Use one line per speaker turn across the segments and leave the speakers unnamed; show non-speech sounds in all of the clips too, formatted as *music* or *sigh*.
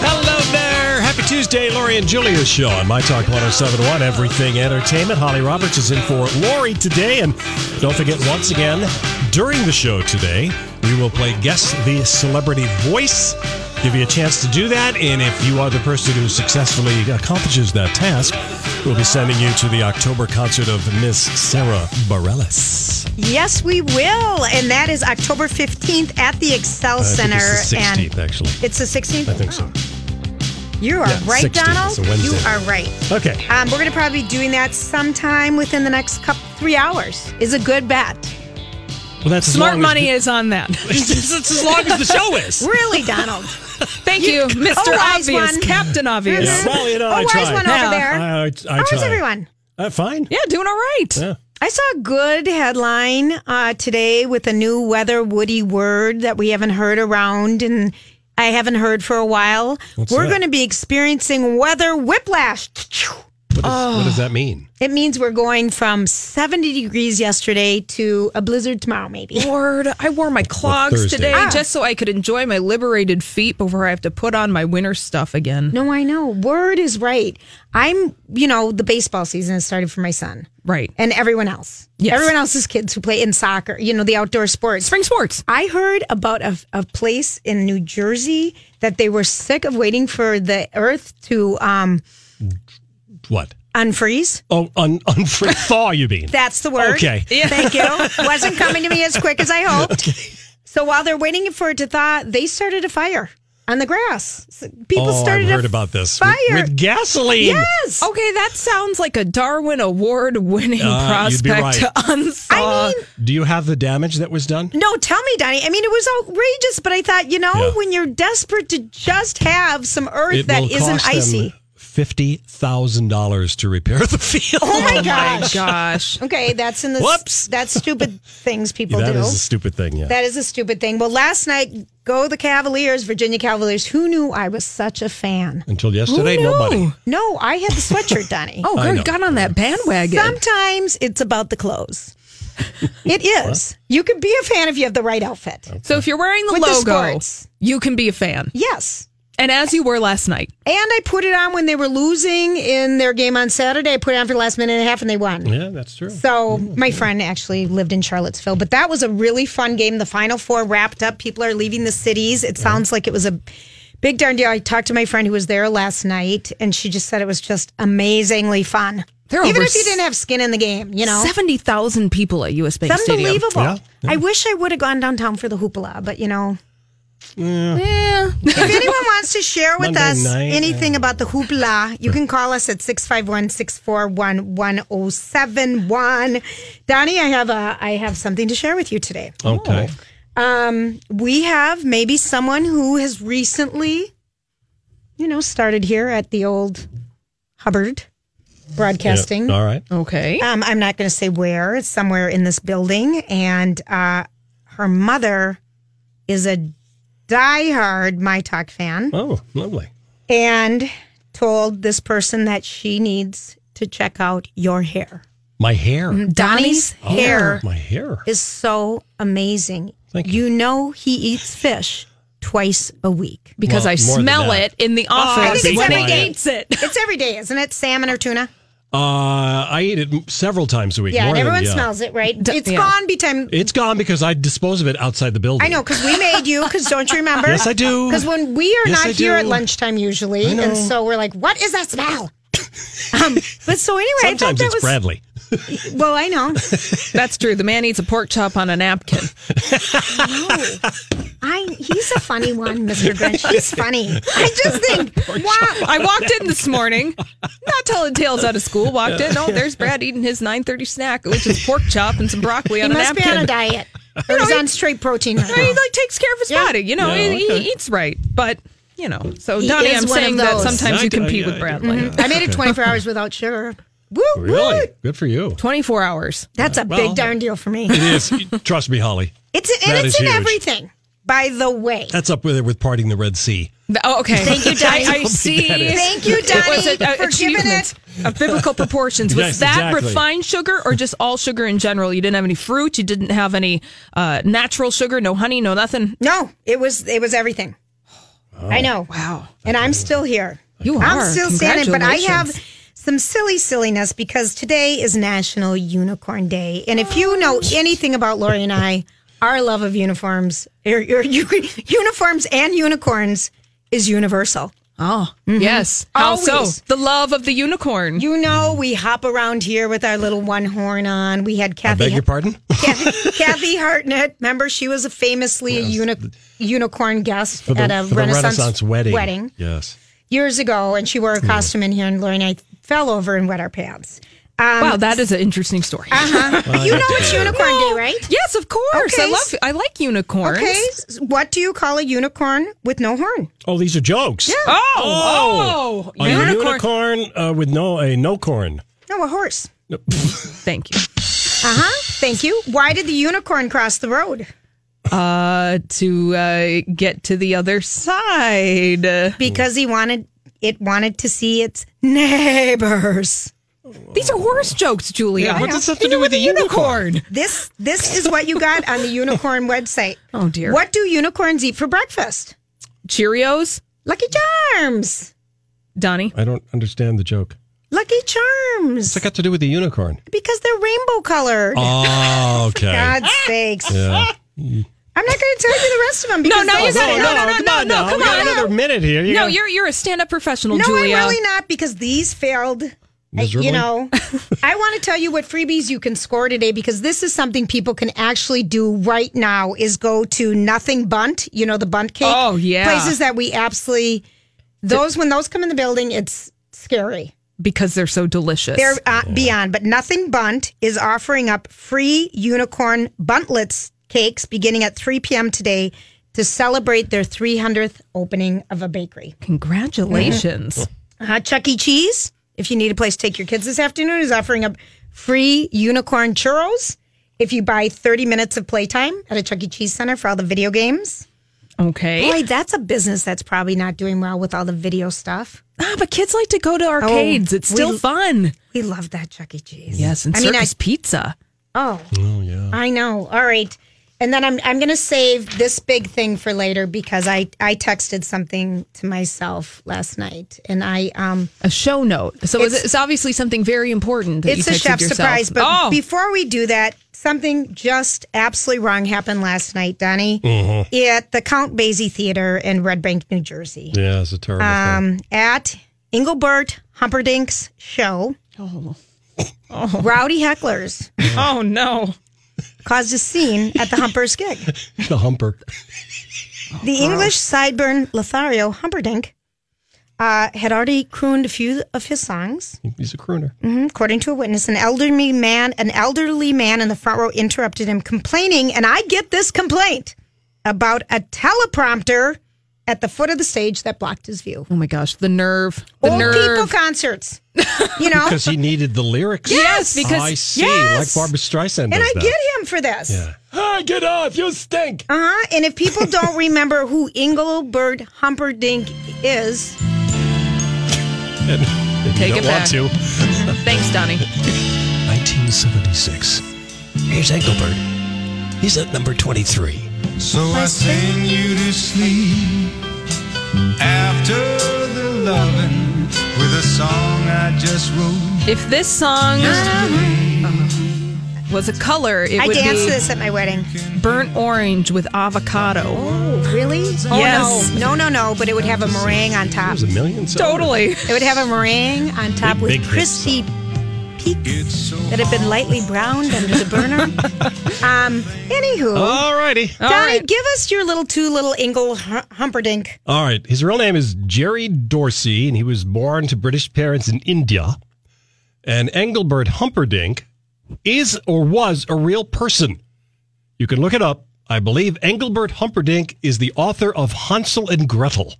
Hello there. Happy Tuesday, Lori and Julia's show on My Talk 1071, Everything Entertainment. Holly Roberts is in for Lori today. And don't forget, once again, during the show today, we will play Guess the Celebrity Voice. Give you a chance to do that. And if you are the person who successfully accomplishes that task, we'll be sending you to the October concert of Miss Sarah Bareilles.
Yes, we will. And that is October 15th at the Excel
I think
Center.
it's the 16th,
And
actually.
it's the 16th?
I think so.
You are
Yeah,
right,
16th. It's
Donald.
a Wednesday.
You are right.
Okay.
Um, we're going to probably be doing that sometime within the next couple, three hours, is a good bet.
Well, that's as
Smart
long as
money
the- *laughs*
is on that.
That's as long as the show is.
*laughs* Really, Donald?
Thank you, Mr.
Oh, wise
Obvious,
one.
Captain Obvious.
Yeah,
Yeah,
well, you know,
oh,
I
where's
tried.
one
Yeah.
over there?
I, I tried.
How's everyone?
Uh, fine.
doing all right.
Yeah.
I saw a good headline uh, today with a new weather woody word that we haven't heard around and I haven't heard for a while.
What's
we're
that?
going to be experiencing weather whiplash.
What, does, what does that mean?
It means we're going from 70 degrees yesterday to a blizzard tomorrow, maybe.
Lord, I wore my clogs
Thursday.
today
Ah.
just so I could enjoy my liberated feet before I have to put on my winter stuff again.
No, I know. Word is right. I'm, you know, the baseball season has started for my son
Right.
and everyone else.
Yes.
Everyone else's kids who play in soccer, you know, the outdoor sports.
Spring sports.
I heard about a, a place in New Jersey that they were sick of waiting for the earth to um,
What?
unfreeze.
Oh, un,
*laughs*
unfree thaw, you mean?
That's the word.
Okay.
Thank you. Wasn't coming to me as quick as I hoped. So while they're waiting for it to thaw, they started a fire on the grass. So People
oh,
started
I've heard
a
about this. With-
Fire.
With, gasoline.
yes.
Okay, that sounds like a Darwin Award winning
Uh, you'd be
prospect to *laughs* unsaw.
I mean,
Do you have the damage that was done?
no, tell me, Donnie. I mean, it was outrageous, but I thought, you know,
Yeah.
when you're desperate to just have some earth
It
that
will
isn't
cost them
icy.
$50,000 to repair the *laughs* field.
Oh my
my
gosh.
gosh.
Okay, that's in the
Whoops.
that's
*laughs*
stupid things people
That
do.
is a stupid thing, yeah.
that is a stupid thing. Well, last night, go the Cavaliers, Virginia Cavaliers. Who knew I was such a fan?
Until yesterday,
Who knew?
nobody.
No, I had the
*laughs*
sweatshirt, Donnie.
Oh,
I know.
girl, got on that bandwagon.
Sometimes it's about
*laughs*
the clothes. It is. You can be a fan if you have the right outfit.
Oh.
so if you're wearing the
With the
logo,
sports.
you can be a fan.
Yes.
And as you were last night.
And I put it on when they were losing in their game on Saturday. I put it on for the last minute and a half and they won.
Yeah, that's true.
So my friend actually lived in Charlottesville, but that was a really fun game. The Final Four wrapped up. People are leaving the cities. It sounds like it was a big darn deal. I talked to my friend who was there last night, and she just said it was just amazingly fun.
They're
Even
over
if you
s-
didn't have skin in the game, you know.
70,000 people at US Bank
It's
Stadium.
unbelievable.
Yeah, yeah.
I wish I would have gone downtown for the hoopla, but you know.
*laughs*
if anyone wants to share with
Monday
us
night,
anything about the hoopla, you can call us at 651-641-1071. Donnie, I have a I have something to share with you today. Um,
okay.
We have maybe someone who has recently, you know, started here at the old Hubbard broadcasting.
Yeah, All right.
Okay.
Um, I'm not going to say where. It's somewhere in this building, and uh, her mother is a diehard My Talk fan,
Oh, lovely.
and told this person that she needs to check out your hair.
My hair.
Donnie's Mm, hair
Oh, My hair.
is so amazing.
Thank you.
You know he eats fish twice a week.
because
Well,
I
more than
smell
that.
it in the
Oh, I
office
think it's
when
every
it
day.
eats *laughs* it.
It's every day, isn't it? Salmon or tuna?
Uh, I eat it m- several times a week.
Yeah,
more
and
than-
everyone
yeah.
smells it, right?
D-
It's
yeah.
gone by time.
It's gone because I dispose of it outside the building.
I know because we made you. Because don't you remember?
Yes, I do.
Because when we are
Yes,
not
I
here
do.
at lunchtime usually,
I know. *laughs*
and so we're like, "What is that smell?" Um, but so anyway, I thought
Sometimes
that
it's
was
Bradley.
well.
*laughs*
I know.
That's true. The man eats a pork chop on a napkin.
I he's a funny one, Mr. Grinch. He's funny. I just
*laughs*
think wow.
I walked in this morning, not telling tales out of school. Walked in. Oh, there's Brad eating his 9:30 snack, which is pork chop and some broccoli
He
on a
must
napkin.
be on a diet. Or he's on straight protein right
He
now.
like takes care of his
Yeah.
body. You know,
Yeah,
he,
okay.
he eats right, but you know. So
He
Donnie,
is
I'm
one of
saying that
those.
sometimes
Yeah,
you
I-
compete
I-
with
I- Mm-hmm.
Bradley.
I made it 24 hours without sugar. Woo, woo.
Really? Good for you.
24 hours.
That's a
Well-
big darn deal for me.
It is. Trust me, Holly.
It's and
That is
it's in
huge.
everything. By the way,
That's up with it with parting the Red Sea.
Th- Oh, okay. Thank you, Donnie. *laughs* I, I see.
that is.
Thank you, Donnie, for giving
achievement of biblical proportions. Was
Yes,
that
exactly.
refined sugar or just all sugar in general? You didn't have any fruit. You didn't have any uh, natural sugar. No honey. No nothing.
no, it was it was everything.
Oh.
I know.
Wow.
And I'm still here.
You
I'm
are.
still standing, but I have
Congratulations.
some silly silliness because today is National Unicorn Day. And if you know anything about Lori and I, our love of uniforms, or, *laughs* or, uniforms and unicorns is universal.
Oh, yes. How so?
Always.
The love of the unicorn.
You know, we hop around here with our little one horn on. We had
I
Kathy.
beg your pardon?
Kathy, Kathy Hartnett. Remember, she was a famously a uni- unicorn guest
For the,
at a
for the
Renaissance,
Renaissance wedding.
wedding
Yes.
years ago, and she wore a costume in here, and Lori and I fell over and wet our pants. Um, uh-huh.
wow, that is an interesting story.
you know it's Unicorn Day, right?
Yes, of course. I
Okay.
love. I like unicorns.
Okay. s- What do you call a unicorn with no horn?
Oh, these are jokes. Yeah.
Oh, oh,
A unicorn, uh, with no a no corn.
No, a horse.
Thank you.
Uh huh. Thank you. Why did the unicorn cross the road?
Uh, to uh, get to the other side. Uh,
Because he wanted it wanted to see its neighbors.
These are horse jokes, Julia.
Yeah, what does this have to do with a unicorn?
This this is what you got on the unicorn website.
*laughs* Oh, dear.
What do unicorns eat for breakfast?
Cheerios,
Lucky Charms.
Donnie.
I don't understand the joke.
Lucky Charms.
What's it got to do with the unicorn?
because they're rainbow colored.
Oh, okay.
God's sakes. I'm not going to tell you the rest of them because
Ah! no, you
those-
got it. No, no, no, no, no, come
we got
on.
another minute here. You
No,
got-
you're you're a stand-up professional,
No,
Julia.
I'm really not because these failed. I-
Miserably?
you know, I want to tell you what freebies you can score today because this is something people can actually do right now is go to Nothing Bunt, you know, the bunt cake.
Oh, yeah.
Places that we absolutely, those, when those come in the building, it's scary.
because they're so delicious.
They're uh, beyond, but Nothing Bunt is offering up free unicorn buntlets cakes beginning at 3 p.m. today to celebrate their 300th opening of a bakery.
Congratulations.
Uh, Chuck E. Cheese, if you need a place to take your kids this afternoon, is offering up free unicorn churros if you buy 30 minutes of playtime at a Chuck E. Cheese center for all the video games.
Okay.
Boy, that's a business that's probably not doing well with all the video stuff.
Ah, but kids like to go to arcades. it's still
we-
fun.
We love that Chuck E. Cheese.
Yes, and
I mean,
circus
I,
pizza.
oh, I know. All right. And then I'm, I'm going to save this big thing for later because I, I texted something to myself last night and I, um,
A show note. So it's,
It's-
it's obviously something very important. That
it's
you
a
texted
chef
yourself.
surprise. But
oh, *laughs*
before we do that, something just absolutely wrong happened last night, Donnie, at the Count Basie Theater in Red Bank, New Jersey,
Yeah, it's a terrible
Um,
thing.
at Engelbert Humperdinck's show. Rowdy hecklers
oh no.
caused a scene at the Humpers gig.
The humper.
The English sideburn Lothario Humperdinck uh, had already crooned a few of his songs.
He's a crooner.
Mm-hmm.
According to a witness, an elderly man, an elderly man in the front row interrupted him, complaining, and I get this complaint about a teleprompter at the foot of the stage that blocked his view.
Oh my gosh, the nerve. The
Old people
nerve. *laughs*
concerts, you know.
Because he needed the lyrics.
Yes, because-
Oh, I see.
yes.
Like Barbara Streisand
and
does
I
that.
get him for this.
Yeah. Ah, get off! You stink. *laughs*
Uh huh. And if people don't
*laughs*
remember who Engelbert Humperdinck is,
Take
you don't
it back.
want to.
Thanks, Donnie.
1976. Here's Engelbert. He's at number 23.
So I sing you to sleep after the loving with a song I just wrote.
If this song was a color, it
I
would
danced
be
to this at my wedding.
burnt orange with avocado.
Oh, really?
Yes.
no. No, no, no, but it would have a meringue on top.
There's a million. sellers.
Totally.
It would have a meringue on top
Big,
with
big hit
crispy peaks that have been lightly browned under the burner. um, anywho,
All righty.
Donnie,
Oh, right.
give us your little two little Ingle hu- Humperdink.
All right. His real name is Jerry Dorsey, and he was born to British parents in India. And Engelbert Humperdinck is or was a real person. You can look it up. I believe Engelbert Humperdinck is the author of Hansel and Gretel.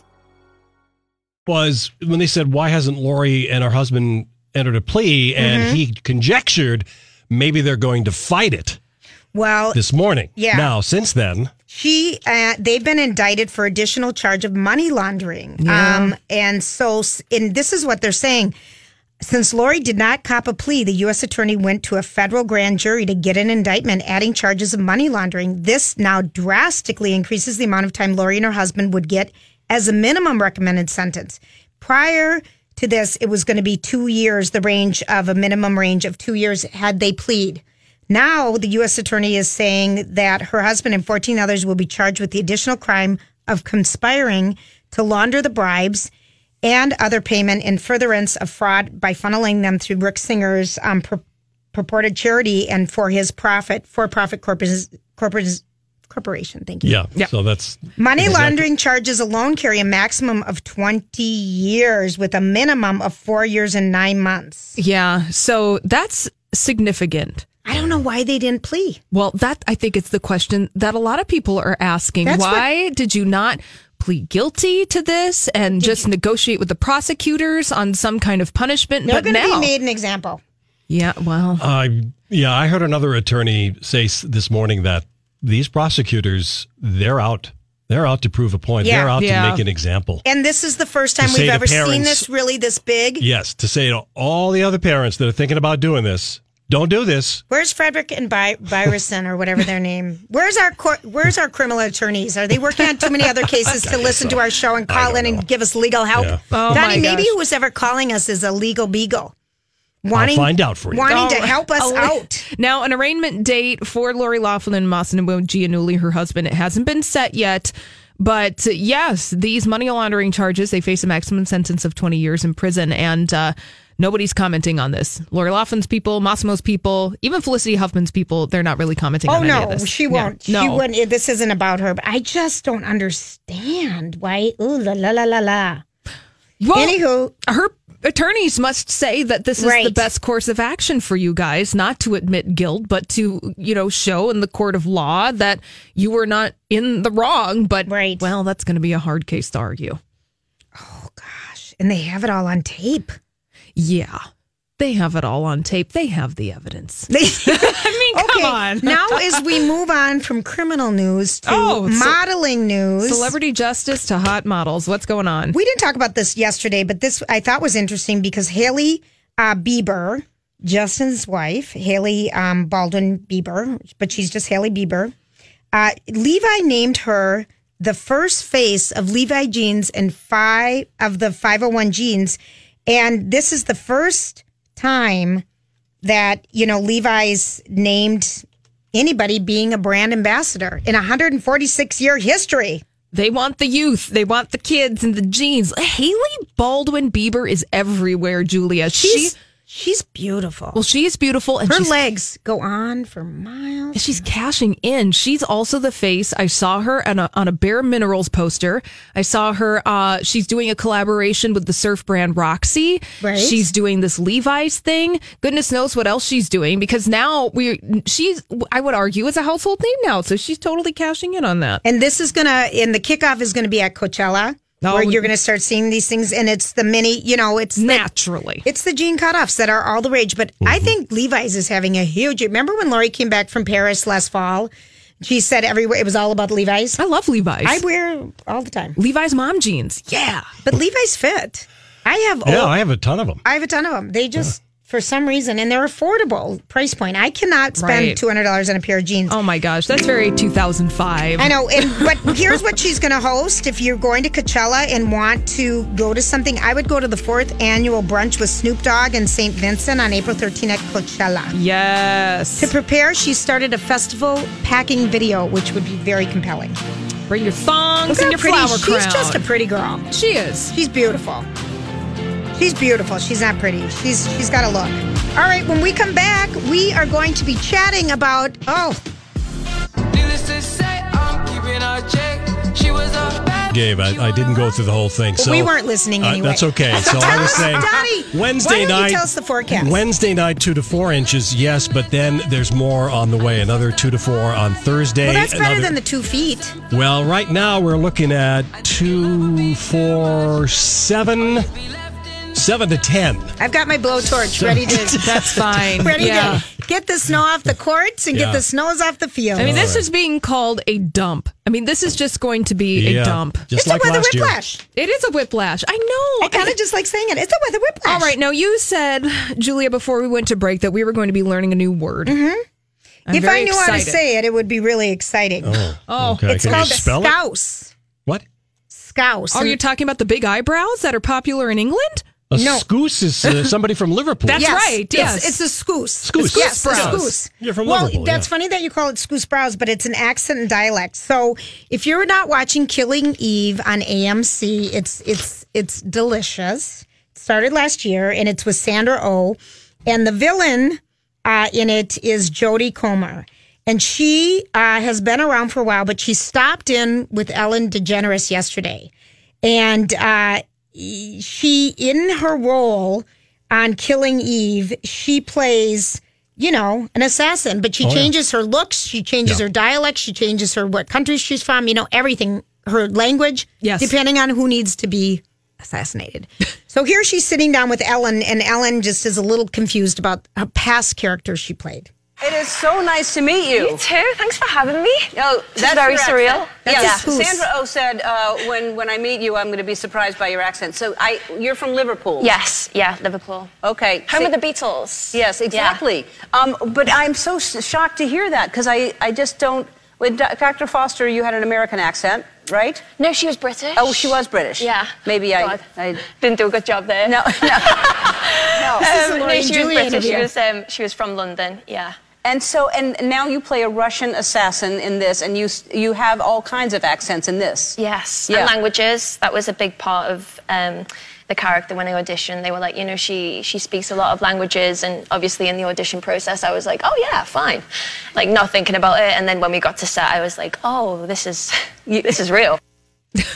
was when they said, Why hasn't Lori and her husband entered a plea? And
Mhm.
he conjectured maybe they're going to fight it
Well,
this morning.
yeah.
Now, since then,
She, uh, they've been indicted for additional charge of money laundering.
Yeah.
Um, and so, s- and this is what they're saying. Since Lori did not cop a plea, the U.S. attorney went to a federal grand jury to get an indictment adding charges of money laundering. This now drastically increases the amount of time Lori and her husband would get as a minimum recommended sentence. Prior to this, it was going to be two years, the range of a minimum range of two years had they plead. Now, the U.S. attorney is saying that her husband and 14 others will be charged with the additional crime of conspiring to launder the bribes and other payment in furtherance of fraud by funneling them through Rick Singer's um, pur- purported charity and for his profit, for profit corpus, corpus, corporation. Thank you.
yeah. So that's
Money
exactly-
laundering charges alone carry a maximum of 20 years with a minimum of four years and nine months.
Yeah. So that's significant.
I don't know why they didn't plea.
Well, that I think it's the question that a lot of people are asking.
That's what-
Why did you not plead guilty to this and just negotiate with the prosecutors on some kind of punishment?
They're
But
going to
now,
be made an example.
yeah, well,
Uh, yeah, I heard another attorney say s- this morning that these prosecutors, they're out. They're out to prove a point.
Yeah.
they're out
Yeah.
to make an example.
And this is the first time
To say
we've
to
ever seen
parents-
this really this big.
Yes, to say to all the other parents that are thinking about doing this, don't do this.
Where's Frederick and By- Byerson or whatever their name? Where's our cor- Where's our criminal attorneys? Are they working on too many other
*laughs*
cases to listen to our show and call in and give us legal help?
Yeah. Oh,
Donnie,
my
maybe
gosh.
who's ever calling us is a legal beagle. Wanting
I'll find out for you.
Wanting to help us
Oh,
out.
Now, an arraignment date for Lori Laughlin and Masanabo Gianulli, her husband, it hasn't been set yet. But uh, yes, these money laundering charges, they face a maximum sentence of 20 years in prison. And uh, nobody's commenting on this. Lori Laughlin's people, Massimo's people, even Felicity Huffman's people, they're not really commenting
Oh
on any of
no,
this.
she
Yeah.
won't.
No.
She wouldn't. This isn't about her. But I just don't understand why. Ooh la la la la la.
Well,
Anywho,
her attorneys must say that this is the
Right.
best course of action for you guys, not to admit guilt, but to you know show in the court of law that you were not in the wrong. But right. well, that's going to be a hard case to argue.
And they have it all on tape. *laughs*
Yeah, they have it all on tape. They have the evidence.
I mean, *laughs*
come on.
now, as we move on from criminal news to
Oh, so-
modeling news,
*laughs* Celebrity justice to hot models. What's going on?
We didn't talk about this yesterday, but this I thought was interesting because Haley uh, Bieber, Justin's wife, Haley um, Baldwin Bieber, but she's just Haley Bieber. Uh, Levi named her the first face of Levi jeans and five of the 501 jeans, and this is the first time that you know Levi's named anybody being a brand ambassador in a 146 year history.
They want the youth. They want the kids and the jeans. Haley Baldwin Bieber is everywhere, Julia.
She's
she
she's beautiful.
well, she is beautiful and
Her
she's
legs go on for miles.
She's cashing in. She's also the face. I saw her on a, on a Bare Minerals poster. I saw her. Uh, she's doing a collaboration with the surf brand Roxy.
Right.
She's doing this Levi's thing. Goodness knows what else she's doing because now we she's I would argue is a household name now. So she's totally cashing in on that.
And this is gonna and the kickoff is gonna be at Coachella.
Oh.
where you're going to start seeing these things, and it's the mini, you know, it's the-
Naturally.
it's the jean cutoffs that are all the rage. But I
Mm-hmm.
think Levi's is having a huge. Remember when Lori came back from Paris last fall? She said everywhere it was all about Levi's.
I love Levi's.
I wear all the time.
Levi's mom jeans. Yeah,
but Levi's fit. I have
Yeah,
old-
I have a ton of them.
I have a ton of them. They just for some reason and they're affordable price point. I cannot spend
Right.
two hundred dollars on a pair of jeans.
Oh my gosh, that's very 2005.
I know, and, but here's what she's going to host. If you're going to Coachella and want to go to something, I would go to the fourth annual brunch with Snoop Dogg and St. Vincent on April 13 at Coachella.
Yes.
To prepare, she started a festival packing video, which would be very compelling.
Bring your thongs and your
pretty,
flower
She's
crown.
just a pretty girl.
She is.
She's beautiful. She's beautiful. She's not pretty. She's she's got a look. All right, when we come back, we are going to be chatting about oh
Needless to say, I'm keeping our check. She was a bad
Gabe, I, I didn't go through the whole thing. So
we weren't listening
Uh,
anyway.
that's
*laughs*
okay. So,
tell
I was
us,
saying
Dottie,
Wednesday
why don't
night.
You tell us the forecast.
Wednesday night, two to four inches, yes, but then there's more on the way. Another two to four on Thursday.
well, that's better
another-
than the two feet.
Well, right now we're looking at two, four, seven, seven to ten.
I've got my blowtorch
*laughs*
ready to.
*laughs* That's fine.
Ready
yeah.
to get the snow off the courts and
Yeah.
get the snows off the field.
I mean, this is being called a dump. I mean, this is just going to be
Yeah,
a dump.
Just
it's
like
a weather
last
whiplash.
It is a whiplash. I know.
I kind of just like saying it. It's a weather whiplash.
All right. Now, you said, Julia, before we went to break, that we were going to be learning a new word. Mm-hmm.
if I knew how to say it, it would be really exciting.
year.
Oh,
okay.
it's
Can you
called a
spell it?
scouse.
What?
Scouse.
Are
And
Oh, you talking about the big eyebrows that are popular in England?
A
No.
scoose is
*laughs*
uh, somebody from Liverpool.
That's
Yes,
right. Yes.
It's, it's a scoose.
Scouse.
Yes, a
Scouse.
scouse.
You're from
well,
Liverpool,
that's
yeah.
funny that you call it scouse brows, but it's an accent and dialect. So if you're not watching Killing Eve on AMC, it's it's it's delicious. It started last year, and it's with Sandra Oh, and the villain uh, in it is Jodie Comer. And she uh, has been around for a while, but she stopped in with Ellen DeGeneres yesterday. And uh, she in her role on Killing Eve, she plays, you know, an assassin, but she
Oh, yeah.
changes her looks, she changes
Yeah.
her dialect, she changes her what country she's from, you know, everything, her language,
Yes.
depending on who needs to be assassinated. so here she's sitting down with Ellen, and Ellen just is a little confused about her past character she played.
It is so nice to meet you.
You too. Thanks for having me.
No,
This is
that's
very
your
surreal.
accent.
Yeah.
Yes. Sandra O said, uh, when, when I meet you, I'm going to be surprised by your accent. So I, you're from Liverpool.
Yes. Yeah. Liverpool.
Okay.
Home
See-
of the Beatles.
Yes,
Yeah.
exactly. Um, but I'm so s- shocked to hear that because I, I just don't. With Do- Dr. Foster, you had an American accent, right?
No, she was British.
Oh, she was British.
Yeah.
Maybe I,
God.
I.
Didn't do a good job there.
No,
*laughs*
no.
This is a Laura
Um, no,
and
she was
Julia
British. She
interview.
was, um, she was from London. Yeah.
And so, and now you play a Russian assassin in this, and you s- you have all kinds of accents in this.
Yes.
Yeah.
And languages. That was a big part of um, the character when I auditioned. They were like, you know, she she speaks a lot of languages, and obviously in the audition process, I was like, oh yeah, fine, like not thinking about it. And then when we got to set, I was like, oh, this is *laughs* this is real.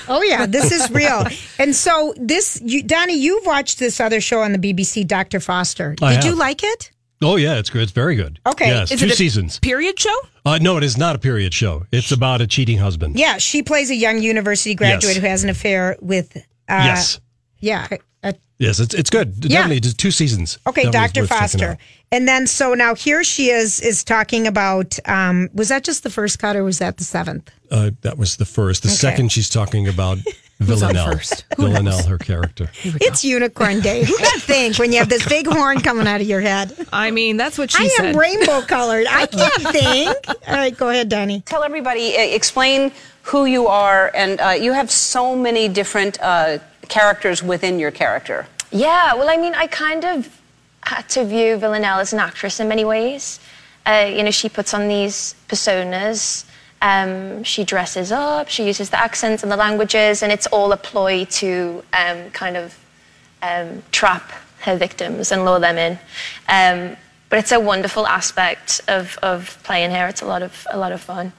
Oh yeah, this *laughs* is real. and so this, you, Donnie, you've watched this other show on the BBC, Doctor Foster.
I
Did you
have.
like it?
Oh yeah, it's good. It's very good.
Okay.
Yes,
Is
two
it a
seasons.
Period show?
Uh, no, it is not a period show. It's about a cheating husband.
Yeah, she plays a young university graduate
Yes.
who has an affair with. Uh,
yes.
Yeah. a-
Yes, it's it's good. Definitely just two seasons.
okay,
Definitely
Doctor
is worth checking
Foster.
out.
And then so now here she is is talking about. Um, was that just the first cut or was that the seventh?
Uh, that was the first. The second she's talking
*laughs*
about Villanelle.
first? Who
Villanelle, her character.
It's Unicorn Day. Who
*laughs*
could think when you have this big horn coming out of your head?
I mean, that's what she
I
said.
am rainbow colored.
*laughs*
I can't think. All right, go ahead, Donnie.
Tell everybody, uh, explain who you are, and uh, you have so many different uh, characters within your character.
Yeah, well, I mean, I kind of had to view Villanelle as an actress in many ways. Uh, you know, she puts on these personas. Um, she dresses up. She uses the accents and the languages, and it's all a ploy to um, kind of um, trap her victims and lure them in. Um, but it's a wonderful aspect of, of playing her. It's a lot of a lot of fun.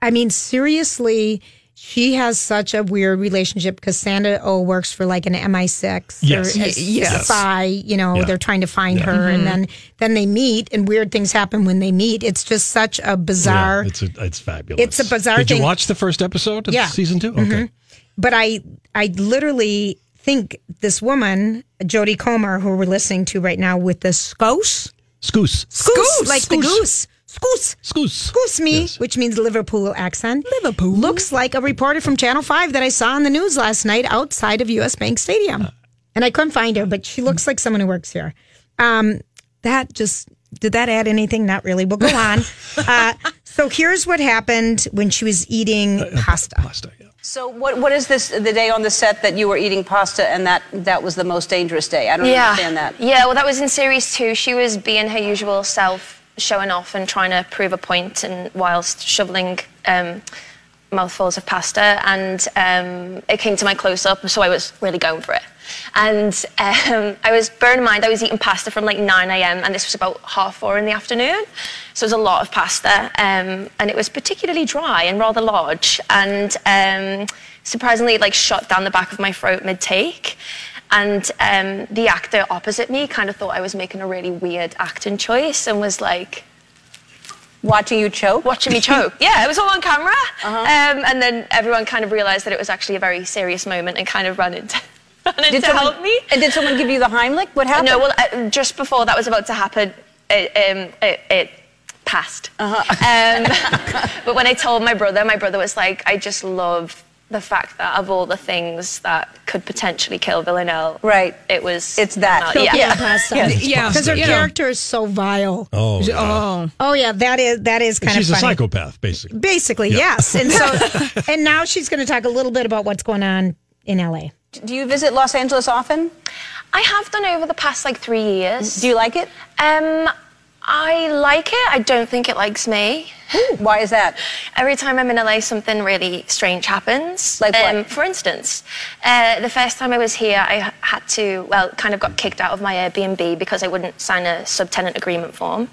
I mean, seriously, she has such a weird relationship because Sandra O works for like an MI6
Yes.
or a
Y- yes.
spy. You know,
Yeah.
they're trying to find her, and then then they meet, and weird things happen when they meet. It's just such a *laughs* bizarre.
Yeah, it's a, it's fabulous.
It's a bizarre
Did
thing.
you watch the first episode of
Yeah. Mm-hmm.
season two? Okay.
but I I literally think this woman Jodie Comer, who we're listening to right now, with the scouse,
Scoose.
scoose, like the goose, scoose.
Scoose.
Excuse me,
Yes.
which means Liverpool accent. Liverpool
Uh.
looks like a reporter from Channel Five that I saw on the news last night outside of U.S. Bank Stadium. and I couldn't find her, but she looks like someone who works here. Um, that just did that add anything? Not really. We'll go
*laughs*
on. uh, so here's what happened when she was
Uh,
eating pasta. Pasta.
So what what is this the day on the set that you were eating pasta and that that was the most dangerous day? I don't
yeah.
understand that.
Yeah, well, that was in series two. She was being her usual self, showing off and trying to prove a point, and whilst shoveling um, mouthfuls of pasta. And um, it came to my close up, so I was really going for it. And um, I was, bear in mind, I was eating pasta from like 9 a.m., and this was about half four in the afternoon. So it was a lot of pasta, um, and it was particularly dry and rather large, and um, surprisingly, it, like shot down the back of my throat mid take. And um, the actor opposite me kind of thought I was making a really weird acting choice and was like,
Watching you choke? Uh-huh.
Watching
*laughs*
me choke. Yeah, it was all on camera. Um, and then everyone kind of realized that it was actually a very serious moment and kind of ran *laughs* into, ran into
Did someone,
help me.
and Did someone give you the Heimlich? What happened?
No, well, uh, just before that was about to happen,
uh,
it, um, it, it passed. Um, *laughs* but when I told my brother, my brother was like, I just love the fact that of all the things that could potentially kill Villanelle, right? It was. It's that.
Choking
yeah.
on pasta. Because her character is so vile.
Oh, yeah.
oh, oh, yeah. That is that is kind
She's
of
a
funny.
psychopath, basically.
Basically,
Yeah.
yes. And
*laughs*
so, and now she's going to talk a little bit about what's going on in LA.
Do you visit Los Angeles often?
I have done over the past like three years.
Do you like it?
Um, I like it. I don't think it likes me.
Why is that?
Every time I'm in LA, something really strange happens. Like
what?
for instance, uh, the first time I was here, I had to, well, kind of got kicked out of my Airbnb because I wouldn't sign a subtenant agreement form.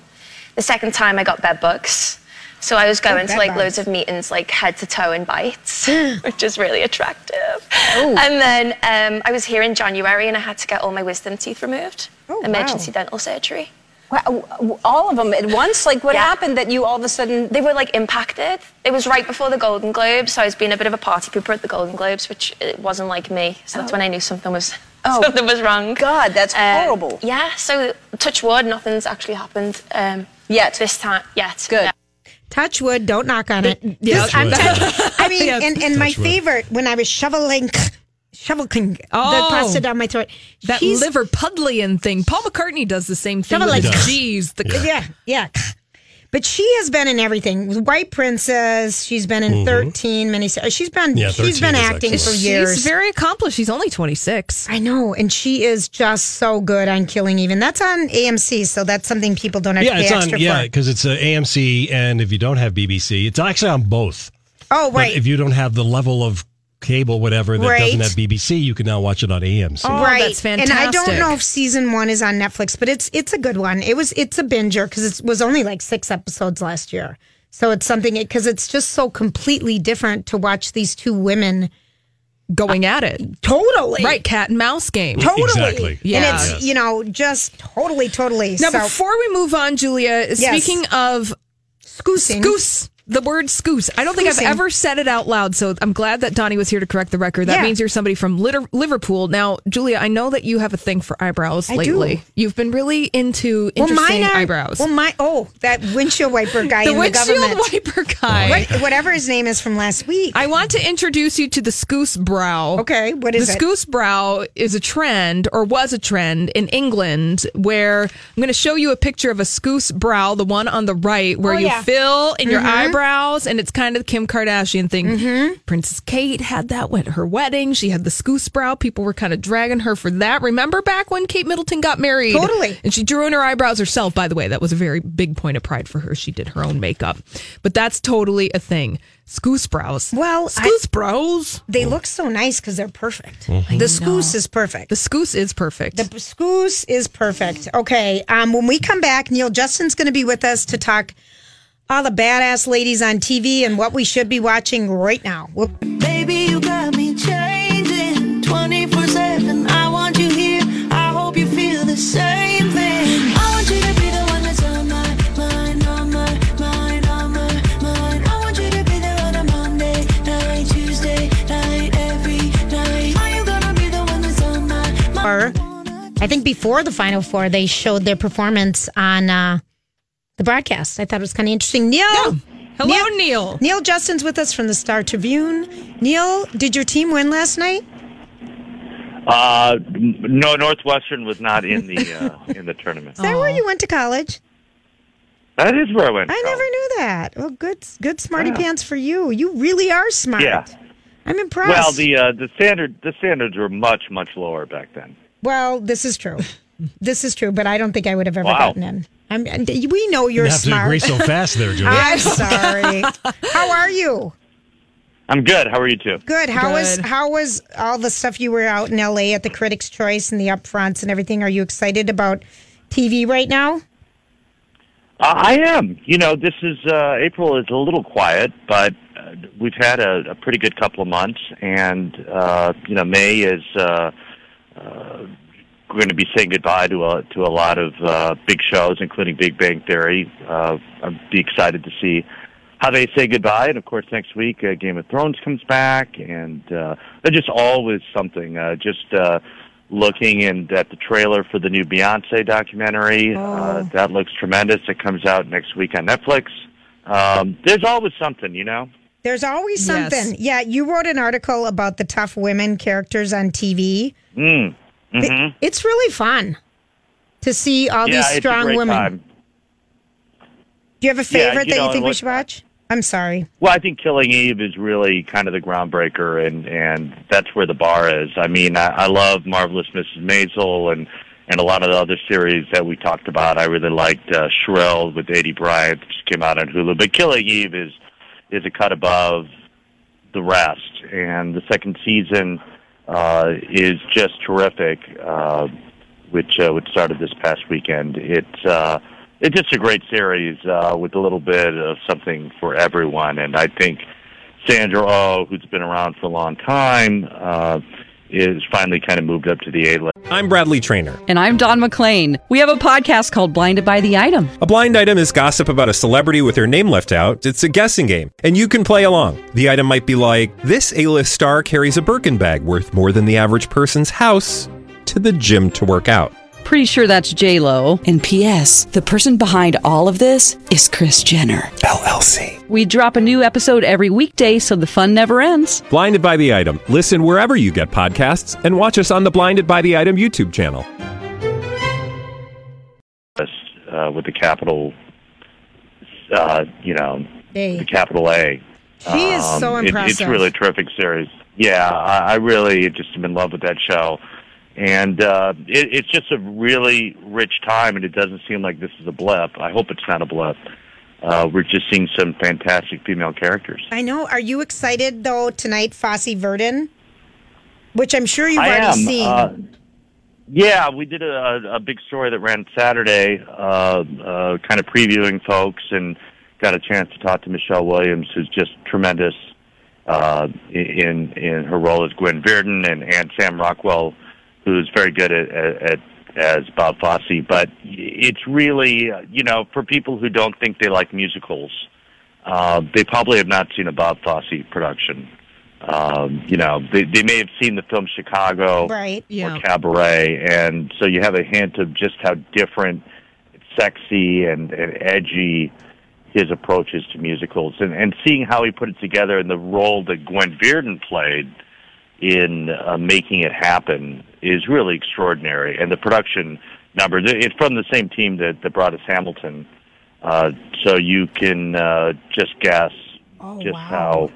The second time, I got bed bugs. So I was
Oh,
going to
bed
like
bugs.
loads of meetings, like head to toe in bites, which is really attractive. And then um, I was here in January and I had to get all my wisdom teeth removed, emergency dental surgery.
Wow, all of them at once? Like, what
Yeah.
happened that you all of a sudden.
They were like impacted. It was right before the Golden Globes, so I was being a bit of a party pooper at the Golden Globes, which uh, it wasn't like me. So that's when I knew something was *laughs* something was wrong.
Oh.
Uh,
God, that's horrible.
Um, Yeah. So touch wood, nothing's actually happened um,
yet
this time. Yet.
Good.
Touch wood, don't knock on it.
yeah.
This- I'm
Touch wood.
telling- I mean,
Yes.
and, and my
Touch wood.
favorite when I was shoveling, *laughs* shoveling
Oh.
the pasta down my throat.
That
she's-
Liverpudlian thing. Paul McCartney does the same thing.
Someone
with
like-
his G's. The
yeah. yeah, But she has been in everything. With White Princess, she's been in
Mhm.
13 miniseries. She's been
Yeah,
she's
13
been
is
acting for
excellent. She's
years.
very accomplished. She's only 26.
I know, and she is just so good on Killing Even. That's on AMC, so that's something people don't have
Yeah,
to pay
it's on.
extra
Yeah,
for.
because it's uh, AMC, and if you don't have BBC, it's actually on both.
Oh,
But
right.
if you don't have the level of cable, whatever that doesn't
Right.
have BBC, you can now watch it on AMC.
right.
Oh, that's
And I don't
fantastic.
know if season one is on Netflix, but it's it's a good one. It was it's a binger because it was only like six episodes last year, so it's something because it's just so completely different to watch these two women
going at it.
Totally
Right. Cat and mouse game.
Totally.
Yeah.
And it's you know just totally totally.
Now,
so-
before we move on, Julia,
Yes.
speaking of
scoosing,
scoose, the word scoose, I don't think I've
Scoosing.
ever said it out loud, so I'm glad that Donnie was here to correct the record. That
Yeah.
means you're somebody from Litter- Liverpool. Now, Julia, I know that you have a thing for eyebrows
I do.
lately. You've been really into interesting eyebrows.
Well, my oh, that windshield wiper guy
The
in
windshield
the government.
wiper guy.
What- whatever his name is from last week.
I want to introduce you to the scoose brow.
Okay, what is
the
it?
scoose brow is a trend or was a trend in England where I'm going to show you a picture of a scoose brow, the one on the right where
Oh,
you
yeah.
fill in your
Mhm.
Mm-hmm.
eyebrows and it's kind of the Kim Kardashian thing. Princess Kate had that at her wedding. She had the scoose brow. People were kind of dragging her for that. Remember back when Kate Middleton got married?
Totally.
And she drew in her eyebrows herself, by the way. That was a very big point of pride for her. She did her own makeup. But that's totally a thing. Scoose brows.
Well,
scoose brows.
They look so nice because they're perfect.
Mhm.
The
I
scoose is perfect.
The scoose is perfect.
The scoose is perfect. Okay. Um, when we come back, Neil Justin's going to be with us to talk all the badass ladies on TV and what we should be watching right now. We'll-
Baby, you got me changing 24 7. I want you here. I hope you feel the same thing. I want you to be the one that's on my mind, on my mind, on my mind. I want you to be there on a Monday night, Tuesday night, every night. Are you gonna be the one that's on my
Or, I think before the Final Four, they showed their performance on uh, the broadcast. I thought it was kind of interesting. Neil.
Hello, Neil.
Neil Justin's with us from the Star Tribune. Neil, did your team win last night?
Uh, n- no, Northwestern was not in the uh, in the tournament.
Is that where you went to college?
That is where I went.
I never knew that. Well, good, good smarty pants for you. You really are smart.
Yeah.
I'm impressed.
Well, the uh, the standard the standards were much much lower back then.
Well, this is
*laughs*
true. this is true, but I don't think I would have ever
Wow.
gotten in. I'm, and we know you're
You have to
smart.
agree so fast there, Julie. *laughs*
I'm *laughs* sorry. How are you?
I'm good. How are you two?
Good. How was how was all the stuff you were out in LA at the Critics' Choice and the upfronts and everything? Are you excited about TV right now?
Uh, I am. You know, this is uh, April is a little quiet, but uh, we've had a, a pretty good couple of months, and uh, you know, May is uh, uh, going to be saying goodbye to a, to a lot of uh, big shows, including Big Bang Theory. Uh, I'd be excited to see how they say goodbye, and of course, next week uh, Game of Thrones comes back, and uh, they're just always something. Uh, just uh, looking and at the trailer for the new Beyonce documentary. Uh,
Oh.
that looks tremendous. It comes out next week on Netflix. Um, there's always something, you know.
There's always
Yes.
something. Yeah, you wrote an article about the tough women characters on TV.
Mm. hmm
It's really fun to see all
yeah,
these
it's a
strong
great
women.
time.
Do you have a
Yeah, you
favorite
know,
that you
and
think we
what-
should watch? I'm sorry.
Well, I think Killing Eve is really kind of the groundbreaker, and and that's where the bar is. I mean, I, I love Marvelous Mrs. Maisel and and a lot of the other series that we talked about. I really liked uh, Shrill with Eddie Bryant, which came out on Hulu. But Killing Eve is is a cut above the rest, and the second season uh, is just terrific, uh, which uh, which started this past weekend. It's uh, it's just a great series uh, with a little bit of something for everyone, and I think Sandra Oh, who's been around for a long time, uh, is finally kind of moved up to the A list.
I'm Bradley Trainer.
And I'm Don McClain. We have a podcast called Blinded by the Item.
A blind item is gossip about a celebrity with their name left out. It's a guessing game, and you can play along. The item might be like this: A-list star carries a Birkin bag worth more than the average person's house to the gym to work out.
Pretty sure that's J Lo. And P.S. The person behind all of this is Chris Jenner LLC. We drop a new episode every weekday, so the fun never ends.
Blinded by the item. Listen wherever you get podcasts, and watch us on the Blinded by the Item YouTube channel.
uh, with the capital, uh, you know,
A.
the capital A.
She is so
Um, it- it's
impressive.
really a terrific series. Yeah, I, I really just am in love with that show, and uh, it, it's just a really rich time. And it doesn't seem like this is a blip. I hope it's not a blip. Uh, we're just seeing some fantastic female characters.
I know. Are you excited though tonight, Fosse Verdon? Which I'm sure you've
I
already
am.
seen.
Uh, yeah, we did a, a big story that ran Saturday, uh, uh, kind of previewing folks, and got a chance to talk to Michelle Williams, who's just tremendous uh, in in her role as Gwen Verdon, and, and Sam Rockwell, who's very good at, at, at as Bob Fosse. But it's really, uh, you know, for people who don't think they like musicals, uh, they probably have not seen a Bob Fosse production. Um, you know, they, they may have seen the film Chicago
right.
oh, or cabaret, and so you have a hint of just how different, sexy, and, and edgy his approaches to musicals, and and seeing how he put it together and the role that Gwen Verdon played in uh, making it happen is really extraordinary, and the production numbers. It's from the same team that that brought us Hamilton, uh, so you can uh, just guess
Oh,
just how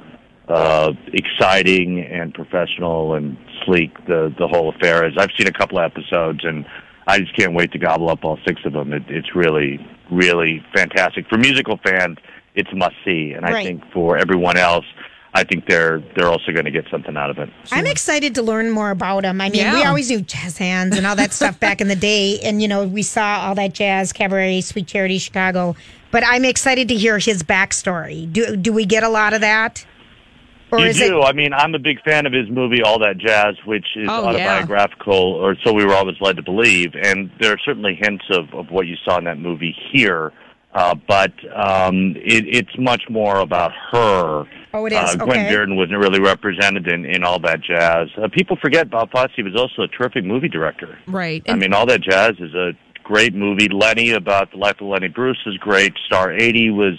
uh, exciting and professional and sleek the the whole affair is. I've seen a couple episodes and I just can't wait to gobble up all six of them. It, it's really really fantastic for musical fans. It's a must see, and I
Right.
think for everyone else, I think they're they're also going to get something out of it.
I'm excited to learn more about him. I mean, we
Yeah.
always knew jazz hands and all that stuff back in the *laughs* day, and you know, we saw all that jazz cabaret, Sweet Charity, Chicago. But I'm excited to hear his backstory. Do do we get a lot of that? Or
you
is
do. I mean, I'm a big fan of his movie All That Jazz, which is
Oh, yeah.
autobiographical, or so we were always led to believe. And there are certainly hints of, of what you saw in that movie here, uh, but um, it, it's much more about her.
Oh, it is.
Uh, Gwen
Okay.
Verdon wasn't really represented in, in All That Jazz. Uh, people forget Bob Fosse was also a terrific movie director.
Right.
I mean, All That Jazz is a great movie. Lenny about the life of Lenny Bruce is great. Star eighty was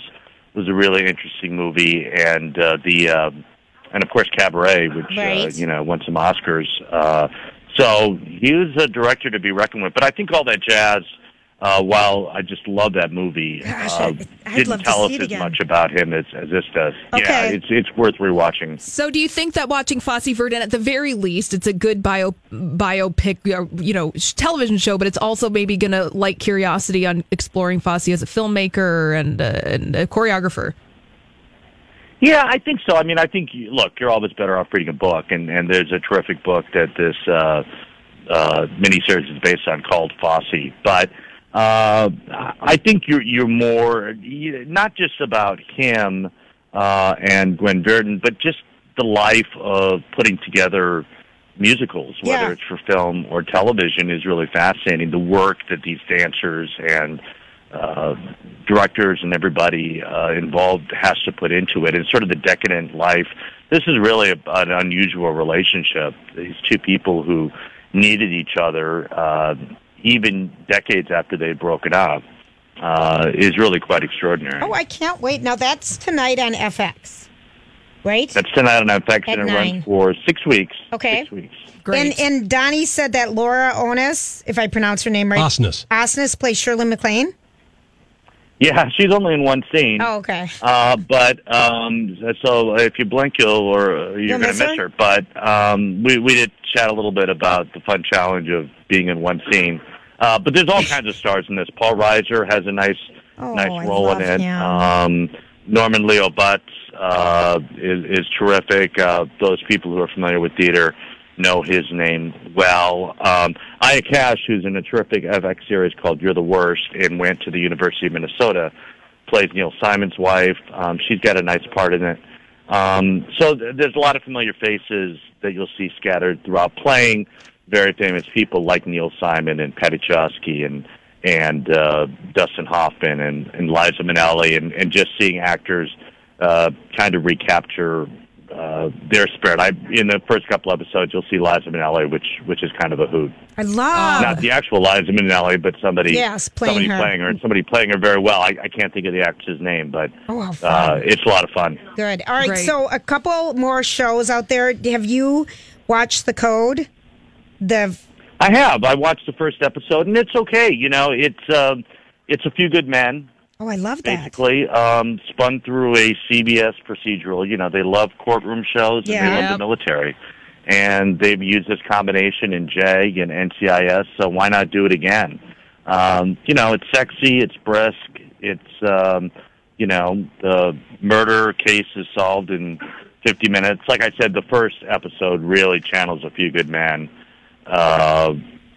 was a really interesting movie, and uh, the um, and of course Cabaret, which uh,
Right.
you know won some Oscars. Uh, So he was a director to be reckoned with. But I think all that jazz, uh, while I just love that movie,
Gosh,
uh,
I'd
didn't
love to
tell
see it
us as
again.
much about him as, as this does. Yeah,
Okay.
it's it's worth rewatching.
So, do you think that watching Fosse Verdon at the very least, it's a good bio biopic, uh, you know, sh- television show, but it's also maybe going to light curiosity on exploring Fosse as a filmmaker and, uh, and a choreographer?
Yeah, I think so. I mean, I think you- look, you're always better off reading a book, and and there's a terrific book that this uh, uh, miniseries is based on called Fosse. But uh, I think you're you're more you- not just about him uh, and Gwen Verdon, but just the life of putting together musicals, whether
Yeah.
it's for film or television, is really fascinating. The work that these dancers and uh, directors and everybody uh, involved has to put into it, and sort of the decadent life. This is really a, an unusual relationship. These two people who needed each other, uh, even decades after they'd broken up, uh, is really quite extraordinary.
Oh, I can't wait. Now that's tonight on FX, right?
That's tonight on FX,
At
and it
nine.
runs for six weeks.
Okay.
Six weeks.
And and Donnie said that Laura Onis, if I pronounce her name right,
Osnes.
Osnes plays Shirley MacLaine.
Mm-hmm. Yeah, she's only in one scene.
Oh, okay.
*laughs* Uh, but um, so if you blink, you'll or uh, you're
You'll
going to
miss
miss
her?
her. But um, we we did chat a little bit about the fun challenge of being in one scene. Uh, but
*laughs*
there's all kinds of stars in this. Paul Reiser has a nice
Oh,
nice
I
role
love
in it.
him.
Um, Norman Leo Butz uh, is, is terrific. Uh, those people who are familiar with theater know his name well. Um, Aya Cash, who's in a terrific FX series called You're the Worst and went to the University of Minnesota, plays Neil Simon's wife. Um, she's got a nice part in it. Um, so th- there's a lot of familiar faces that you'll see scattered throughout playing very famous people like Neil Simon and Patty Chayefsky and and uh, Dustin Hoffman and, and Liza Minnelli and, and just seeing actors uh, kind of recapture uh, their spirit. I in the first couple episodes you'll see Liza Minnelli, which which is kind of a hoot.
I love.
Not the actual Liza Minnelli, but somebody
Oh. Yes, playing
somebody
her.
playing her and somebody playing her very well. I, I can't think of the actress's name, but
Oh, how
uh, it's a lot of fun.
Good. All right.
Great.
So a couple more shows out there. Have you watched The Code? The
I have. I watched the first episode, and it's okay. You know, it's um, it's a few good men.
oh, I love that.
basically um, spun through a CBS procedural. You know, they love courtroom shows and
Yeah.
they love the
Yep.
military, and they've used this combination in JAG and NCIS. So why not do it again? Um, you know, it's sexy, it's brisk, it's um, you know the murder case is solved in 50 minutes. Like I said, the first episode really channels a few good men. Uh,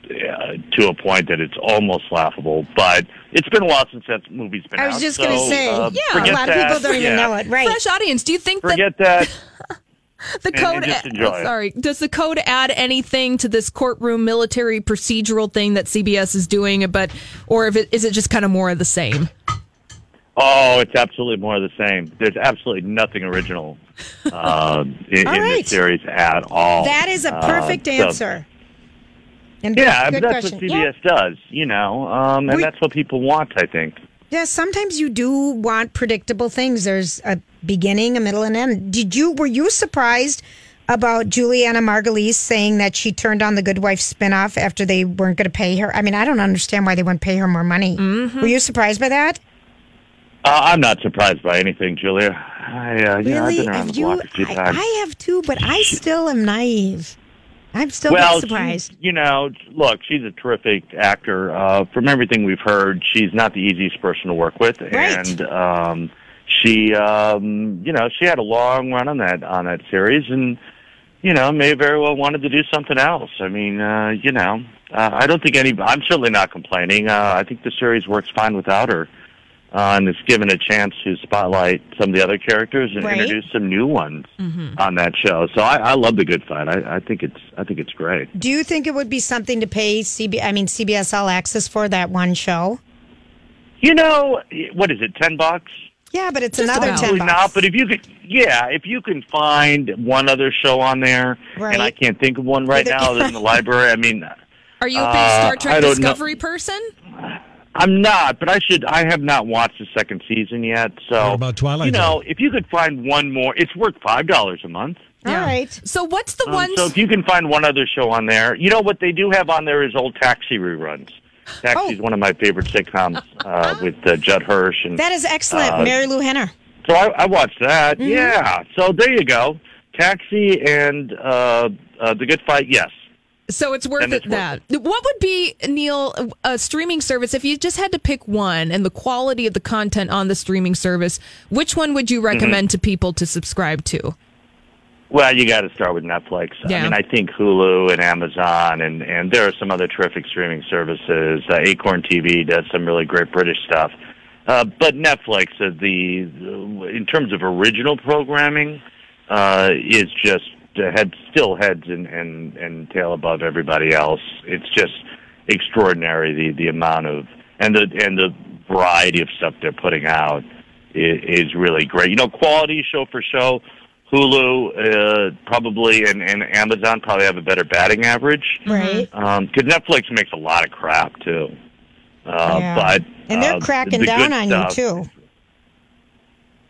yeah, to a point that it's almost laughable, but it's been a while since that movie's been
I
out.
was just
so,
going to say,
uh,
yeah, a
forget
lot
that.
of people don't even
Yeah.
know it, right?
Fresh audience. Do you think that
Forget that.
*laughs*
the
and- and
code?
just enjoy
oh,
it.
sorry, does the code add anything to this courtroom military procedural thing that CBS is doing? But or if it, is it just kind of more of the same?
Oh, it's absolutely more of the same. There's absolutely nothing original
*laughs*
uh, in,
All
in
right.
this series at all.
That is a
Uh,
perfect
so-
answer. And
yeah,
good
that's
question.
what CBS does, you know, um, and
We-
that's what people want, I think.
Yeah, sometimes you do want predictable things. There's a beginning, a middle, and end. Did you were you surprised about Juliana Margulies saying that she turned on the Good Wife spinoff after they weren't going to pay her? I mean, I don't understand why they wouldn't pay her more money. Were you surprised by that?
Uh, I'm not surprised by anything, Julia. I, uh, you know, I've been around
If
the
you,
block a few
I,
times.
I have too, but I still am naive. I'm still not
well,
surprised.
she- you know, look, she's a terrific actor. Uh, from everything we've heard, she's not the easiest person to work with, and um, she, um, you know, she had a long run on that on that series, and you know, may very well wanted to do something else. I mean, uh, you know, uh, I don't think any. I'm certainly not complaining. Uh, I think the series works fine without her. Uh, and it's given a chance to spotlight some of the other characters and
Right. Mm-hmm.
introduce some new ones on that show. So I, I love the Good Fight. I, I think it's I think it's great.
Do you think it would be something to pay CB? I mean, CBS All Access for that one show?
You know, what is it? Ten bucks?
Yeah, but it's another ten
Probably
bucks.
not. But if you could, yeah, if you can find one other show on there,
Right.
and I can't think of one right
Either-
now other than the library. I mean,
Are you a big
Uh,
Star Trek
I don't know.
Discovery person?
I'm not, but I should. I have not watched the second season yet. So
What about Twilight
You know, if you could find one more, it's worth five dollars a month.
All right.
So what's the
Um,
one?
So if you can find one other show on there, you know what they do have on there is old taxi reruns. Taxi is one of my favorite sitcoms uh, with uh, Judd Hirsch and
That is excellent,
uh,
Mary Lou Henner.
So I, I watched that.
Mhm.
Yeah. So there you go. Taxi and uh, uh, the Good Fight. Yes.
So it's worth
Then it's
it that. What would be Neil a streaming service if you just had to pick one and the quality of the content on the streaming service? Which one would you
Mm-hmm.
recommend to people to subscribe to?
Well, you got to start with Netflix.
Yeah.
I mean, I think Hulu and Amazon, and and there are some other terrific streaming services. Uh, Acorn TV does some really great British stuff, uh, but Netflix, uh, the in terms of original programming, uh, is just uh, head still heads and and and tail above everybody else. It's just extraordinary the the amount of and the and the variety of stuff they're putting out is, is really great. You know, quality show for show. Hulu uh, probably and, and Amazon probably have a better batting average
Right.
because Um, Netflix makes a lot of crap too. Uh,
Yeah.
But
And they're
uh,
cracking
the
down
good
on
stuff-
you, too.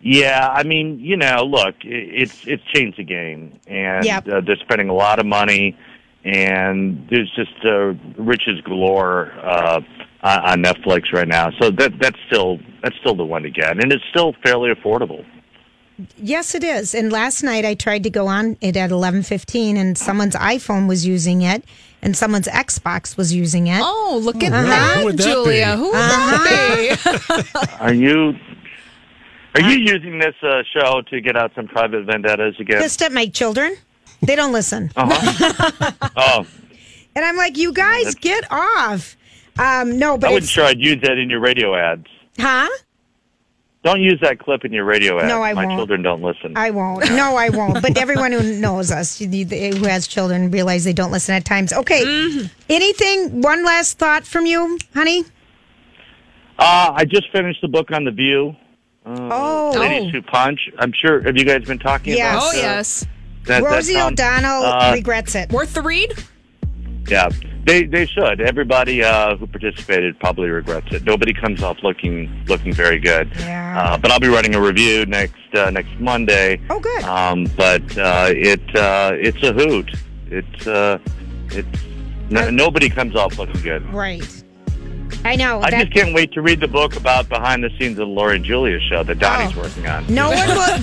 Yeah, I mean, you know, look, i- it's it's changed the game, and
Yep.
uh, they're spending a lot of money, and there's just uh, riches galore uh, on, on Netflix right now. So that that's still that's still the one to get, and it's still fairly affordable.
Yes, it is. And last night I tried to go on it at 11:15 and someone's iPhone was using it and someone's Xbox was using it. Uh-huh.
Oh, look at
that, Uh-huh. Who would that
Julia,
be?
who would that be?
Are you are you using this uh, show to get out some private vendettas
*laughs*
again?
Pissed at my children. They don't listen.
oh,
And I'm like, "You guys get off." Um no, but
I wasn't
it's-
sure I'd use that in your radio ads. Uh-huh.
Huh?
Don't use that clip in your radio ads.
No, I
My
won't.
children don't listen.
I won't. No, I won't. But everyone who knows us, you- you- who has children, realize they don't listen at times. Okay. Anything? One last thought from you, honey?
Uh, I just finished the book on The View. Uh,
Oh.
Ladies Who Punch. I'm sure, have you guys been talking
Yes.
about
Oh,
uh,
yes.
that- that
Rosie
com-
O'Donnell
Uh,
regrets it.
Worth the read?
Yeah, they they should. Everybody uh, who participated probably regrets it. Nobody comes off looking looking very good.
Yeah.
Uh, but I'll be writing a review next uh, next Monday.
Oh, good.
Um, but uh, it uh, it's a hoot. It's uh, it's no, nobody comes off looking good.
Right. I know.
I
that-
just can't wait to read the book about behind the scenes of the Laurie and Julia show that Donnie's working on.
No one will-